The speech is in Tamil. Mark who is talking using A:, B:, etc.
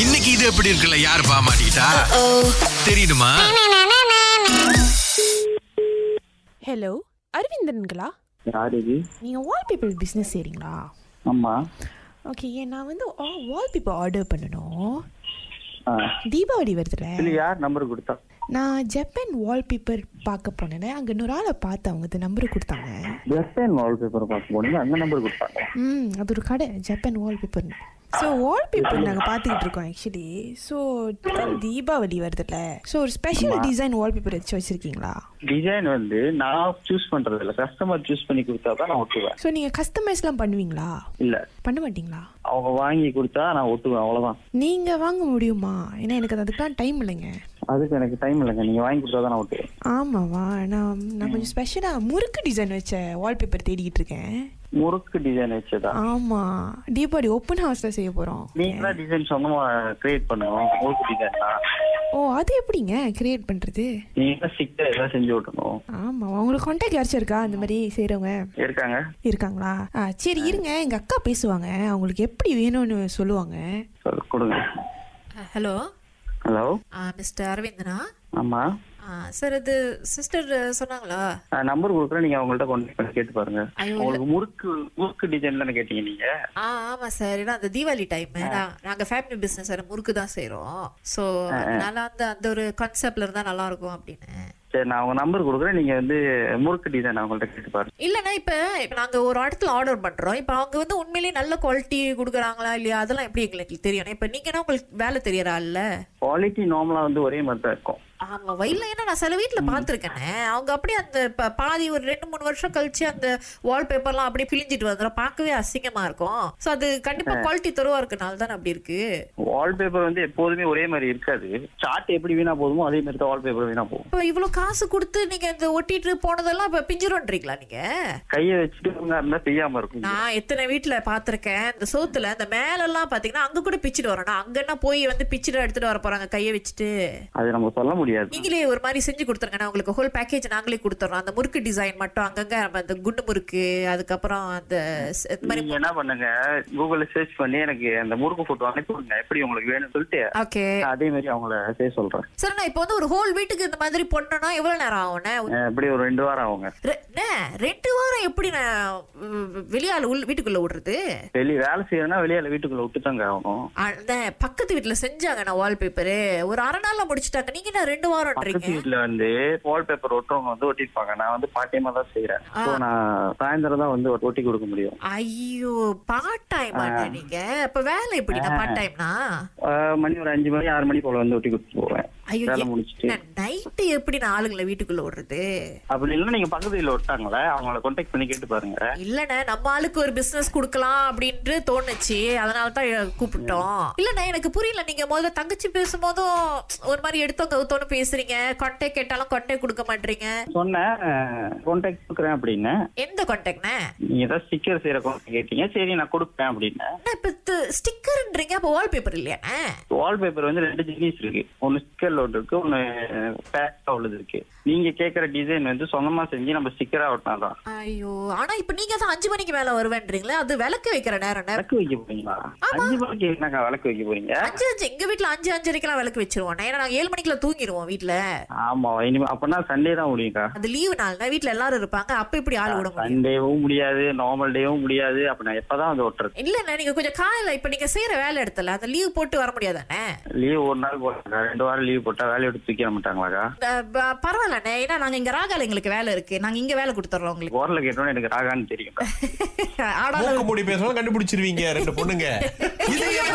A: இன்னைக்கு இது எப்படி இருக்குல்ல யார் பாமாட்டா தெரியுமா
B: ஹலோ அரவிந்தன்களா
C: யார் இது
B: நீங்கள் வால்பேப்பர் பிஸ்னஸ் செய்கிறீங்களா
C: ஆமா
B: ஓகே ஏன் நான் வந்து வால்பேப்பர் ஆர்டர் பண்ணணும்
C: ஆ.
B: தீபாவளி வருதுல
C: இது யார் நம்பர் கொடுத்தா
B: நான் ஜப்பான் வால்பேப்பர் பார்க்க போனேன் அங்கே இன்னொரு ஆளை பார்த்து அவங்க இந்த நம்பர் கொடுத்தாங்க
C: வெஸ்டர்ன் வால்பேப்பர் பார்க்க போனீங்க அங்க நம்பர் கொடுத்தாங்க
B: ம் அது ஒரு கடை ஜப்பான் வால்பேப்பர் ஸோ வால்பேப்பர் நாங்கள் பார்த்துக்கிட்டு இருக்கோம் ஆக்சுவலி ஸோ தீபாவளி வருதுல்ல ஸோ ஒரு ஸ்பெஷல் டிசைன் வால்பேப்பர் வச்சு வச்சுருக்கீங்களா
C: டிசைன் வந்து நான் சூஸ் பண்றது இல்ல கஸ்டமர் சூஸ் பண்ணி கொடுத்தா தான் நான் ஒட்டுவேன்
B: ஸோ நீங்கள் கஸ்டமைஸ்லாம் பண்ணுவீங்களா
C: இல்ல
B: பண்ண மாட்டீங்களா
C: அவங்க வாங்கி கொடுத்தா நான் ஒட்டுவேன் அவ்வளவுதான்
B: நீங்கள் வாங்க முடியுமா ஏன்னா எனக்கு அது அதுக்கெலாம் டைம் இல்லைங்க
C: அதுக்கு எனக்கு டைம் இல்லைங்க நீங்க வாங்கி கொடுத்தா தான் நான் ஒட்டுவேன்
B: ஆமாவா நான் நான் கொஞ்சம் ஸ்பெஷலாக முறுக்கு டிசைன் வச்ச வால்பேப்பர் தேடிக்கிட்டு இருக்கேன்
C: முறுக்கு டிசைன் வச்சதா
B: ஆமாம் தீபாவளி ஓப்பன் ஹவுஸில் செய்ய போகிறோம்
C: நீங்க தான் டிசைன் சொந்தமா கிரியேட் பண்ணுவோம் முறுக்கு டிசைன் தான்
B: ஓ அது எப்படிங்க கிரியேட் பண்ணுறது
C: நீங்க தான் சிக்கர் எல்லாம் செஞ்சு விட்டணும்
B: ஆமாம் உங்களுக்கு கான்டாக்ட் யாராச்சும் இருக்கா அந்த மாதிரி செய்கிறவங்க
C: இருக்காங்க
B: இருக்காங்களா ஆ சரி இருங்க எங்கள் அக்கா பேசுவாங்க அவங்களுக்கு எப்படி வேணும்னு சொல்லுவாங்க
C: சரி, கொடுங்க
D: ஹலோ
C: ஹலோ
D: மிஸ்டர் அரவிந்தனா
C: ஆமா
D: சார் இது சிஸ்டர் சொன்னாங்களா
C: நம்பர் கொடுக்குறேன் நீங்க அவங்கள்ட்ட கான்டாக்ட் பண்ணி கேட்டு பாருங்க
D: ஐயோ,
C: உங்களுக்கு முறுக்கு முறுக்கு டிசைன் தானே கேட்டீங்க நீங்க
D: ஆ ஆமாம் சார் ஏன்னா அந்த தீபாவளி டைம் நாங்கள் ஃபேமிலி பிஸ்னஸ் சார் முறுக்கு தான் செய்கிறோம் ஸோ அதனால அந்த அந்த ஒரு கான்செப்டில் இருந்தால் நல்லா இருக்கும் அப்படின்னு
C: சரி நான் அவங்க நம்பர் கொடுக்குறேன் நீங்க வந்து முறுக்கு டிசைன் அவங்கள்ட்ட கேட்டு பாருங்க
D: இல்லைன்னா இப்போ இப்போ நாங்கள் ஒரு இடத்துல ஆர்டர் பண்ணுறோம் இப்போ அவங்க வந்து உண்மையிலேயே நல்ல குவாலிட்டி கொடுக்குறாங்களா இல்லையா அதெல்லாம் எப்படி எங்களுக்கு தெரியணும் இப்போ நீங்கன்னா உங்களுக்கு வேலை தெரியறா இல்லை
C: குவாலிட்டி நார்மலா வந்து ஒரே மாதிரி தான் இருக்கும்
D: ஆமா வயல்ல ஏன்னா நான் சில வீட்டுல பாத்துருக்கேனே அவங்க அப்படியே அந்த ப- பாதி ஒரு ரெண்டு மூணு வருஷம் கழிச்சு அந்த வால்பேப்பர்லாம் அப்படியே பிழிஞ்சிட்டு வந்துடும் பார்க்கவே அசிங்கமா இருக்கும் சோ அது கண்டிப்பா குவாலிட்டி தொருவா இருக்கனால தான் அப்படி இருக்கு
C: வால்பேப்பர் வந்து எப்போதுமே ஒரே மாதிரி இருக்காது சார்ட் எப்படி வீணா போகுமோ அதே மாதிரி தான் வால்பேப்பர் வீணா போகும்
D: இப்போ இவ்வளவு காசு கொடுத்து நீங்க இந்த ஒட்டிட்டு போனதெல்லாம் இப்ப பிஞ்சிரும்ன்றீங்களா நீங்க
C: கையை வச்சுட்டு ஒழுங்கா இருந்தா பெய்யாம இருக்கும்
D: நான் எத்தனை வீட்டுல பாத்திருக்கேன் இந்த சோத்துல இந்த மேல எல்லாம் பாத்தீங்கன்னா அங்க கூட பிச்சுட்டு வரணும் அங்க என்ன போய் வந்து பிச்சுட்டு எடுத்துட்டு வர போறாங்க கையை வச்சுட்டு
C: அது நம்ம சொல்ல முடியாது
D: நீங்களே ஒரு மாதிரி செஞ்சு கொடுத்துருங்க நான் உங்களுக்கு ஹோல் பேக்கேஜ் நாங்களே கொடுத்துறோம் அந்த முறுக்கு டிசைன் மட்டும் அங்கங்க நம்ம அந்த குண்டு முறுக்கு அதுக்கப்புறம் அந்த ஸ்- இந்த மாதிரி
C: நீங்க என்ன பண்ணுங்க கூகுள்ல சர்ச் பண்ணி எனக்கு அந்த முறுக்கு போட்டோ அனுப்பி விடுங்க எப்படி உங்களுக்கு வேணும்னு சொல்லிட்டு
D: ஓகே
C: நான் அதே மாதிரி அவங்கள செய்ய சொல்றேன்
D: சார் நான் இப்போ வந்து ஒரு ஹோல் வீட்டுக்கு இந்த மாதிரி பண்ணணும்னா எவ்வளவு நேரம் ஆகும்ண்ணே
C: அஹ் எப்படி ஒரு ரெண்டு வாரம் ஆகுங்க
D: ரெ- அண்ணே, ரெண்டு வாரம் எப்படி நான் ம், வெளியால உள் வீட்டுக்குள்ள விடுறது
C: வெளியே வேலை செய்யணும்னா வெளியால வீட்டுக்குள்ள விட்டு தாங்க ஆகணும்
D: அந்த பக்கத்து வீட்டுல செஞ்சாங்க நான் வால்பேப்பரு ஒரு அரை நாள்ல முடிச்சிட்டாங்க நீங்க என்ன ரெண்டு வாரம்ன்றீங்க
C: பக்கத்து வீட்டுல வந்து வால்பேப்பர் ஒட்டுறவங்க வந்து ஒட்டிருப்பாங்க நான் வந்து பார்ட் டைமா தான் செய்யறேன் ஸோ நான் சாயந்தரம் தான் வந்து ஒட்டி கொடுக்க முடியும்
D: ஐயோ பார்ட் டைம் நீங்க இப்ப வேலை எப்படி நான் பார்ட் டைம்னா
C: ஆஹ் மணி ஒரு அஞ்சு மணி ஆறு மணி போல வந்து ஒட்டி கொடுத்து போவேன்
D: ஐயோ
C: வேலை முடிச்சிட்டு
D: நைட்டு எப்படி நான் ஆளுங்களை வீட்டுக்குள்ள விடுறது
C: அப்படி இல்லைன்னா நீங்க பக்கத்து வீட்டுல விட்டாங்களே அவங்கள கான்டாக்ட் பண்ணி கேட்டு பாருங்க
D: இல்லண்ணே நம்ம ஆளுக்கு ஒரு பிசினஸ் கொடுக்கலாம் அப்படின்ட்டு தோணுச்சு அதனால தான் கூப்பிட்டோம் இல்லண்ணே எனக்கு புரியல நீங்க முதல்ல தங்கச்சி பேசும்போதும் ஒரு மாதிரி எடுத்தோம் கவுத்தோன்னு பேசுறீங்க கொட்டை கேட்டாலும் கொட்டை கொடுக்க மாட்டீங்க
C: சொன்னேன் கான்டாக்ட் கொடுக்குறேன் அப்படின்னு
D: எந்த கொட்டைக்குண்ணே
C: நீங்க ஏதாவது ஸ்டிக்கர் செய்யற கான்டாக்ட் கேட்டீங்க சரி நான் கொடுப்பேன் அப்படின்னு
D: இப்ப ஸ்டிக்கர்ன்றீங்க அப்ப வால்பேப்பர் இல்லையாண்ணே
C: வால்பேப்பர் வந்து ரெண்டு ஜினிஸ் இருக்கு ஒன்னு ஸ்டிக்கர் லோட் இருக்கு ஒன்னு பேக்கா உள்ளது இருக்கு நீங்க கேக்குற டிசைன் வந்து சொந்தமா செஞ்சு நம்ம ஸ்டிக்கரா ஒட்டினாதான்
D: ஐயோ ஆனா இப்ப நீங்க தான் அஞ்சு மணிக்கு மேல வருவேன்றீங்களே அது விளக்கு வைக்கிற நேரம்
C: விளக்கு வைக்க போறீங்களா அஞ்சு மணிக்கு என்னக்கா விளக்கு வைக்க போறீங்க
D: அஞ்சு அஞ்சு எங்க வீட்டுல அஞ்சு அஞ்சரைக்கெல்லாம் விளக்கு வச்சிருவோம் ஏன்னா நாங்க ஏழு மணிக்கெல்லாம் தூங்கிடுவோம் வீட்டுல
C: ஆமா இனிமே அப்பனா சண்டே தான் முடியும்க்கா
D: அது லீவு நாள்னா வீட்டுல எல்லாரும் இருப்பாங்க அப்ப இப்படி ஆள் விட முடியும்
C: சண்டேவும் முடியாது நார்மல் டேவும் முடியாது அப்ப நான் எப்பதான் வந்து ஒட்டுறது
D: இல்லண்ணா நீங்க கொஞ்சம் காலையில இப்ப நீங்க செய்யற வேலை இடத்துல அந்த லீவ் போட்டு வர முடியாதானே
C: லீவ் ஒரு நாள் போட்டாங்க ரெண்டு வாரம் லீவ் போட்டா வேலையை எடுத்து தூக்கிட மாட்டாங்களாக்கா
D: பரவாயில்லண்ணே ஏன்னா நாங்க இங்க ராகால எங்களுக்கு வேலை இருக்கு நாங்க இங்க வேலை கொடுத்துறோம் உங்களுக்கு
C: குரல கேட்டோன்னு எனக்கு ராகான்னு தெரியும்
D: ஆடாலும்
A: மூக்கு மூடி பேசணும் கண்டுபிடிச்சிருவீங்க ரெண்டு பொண்ணுங்க இது எப்படி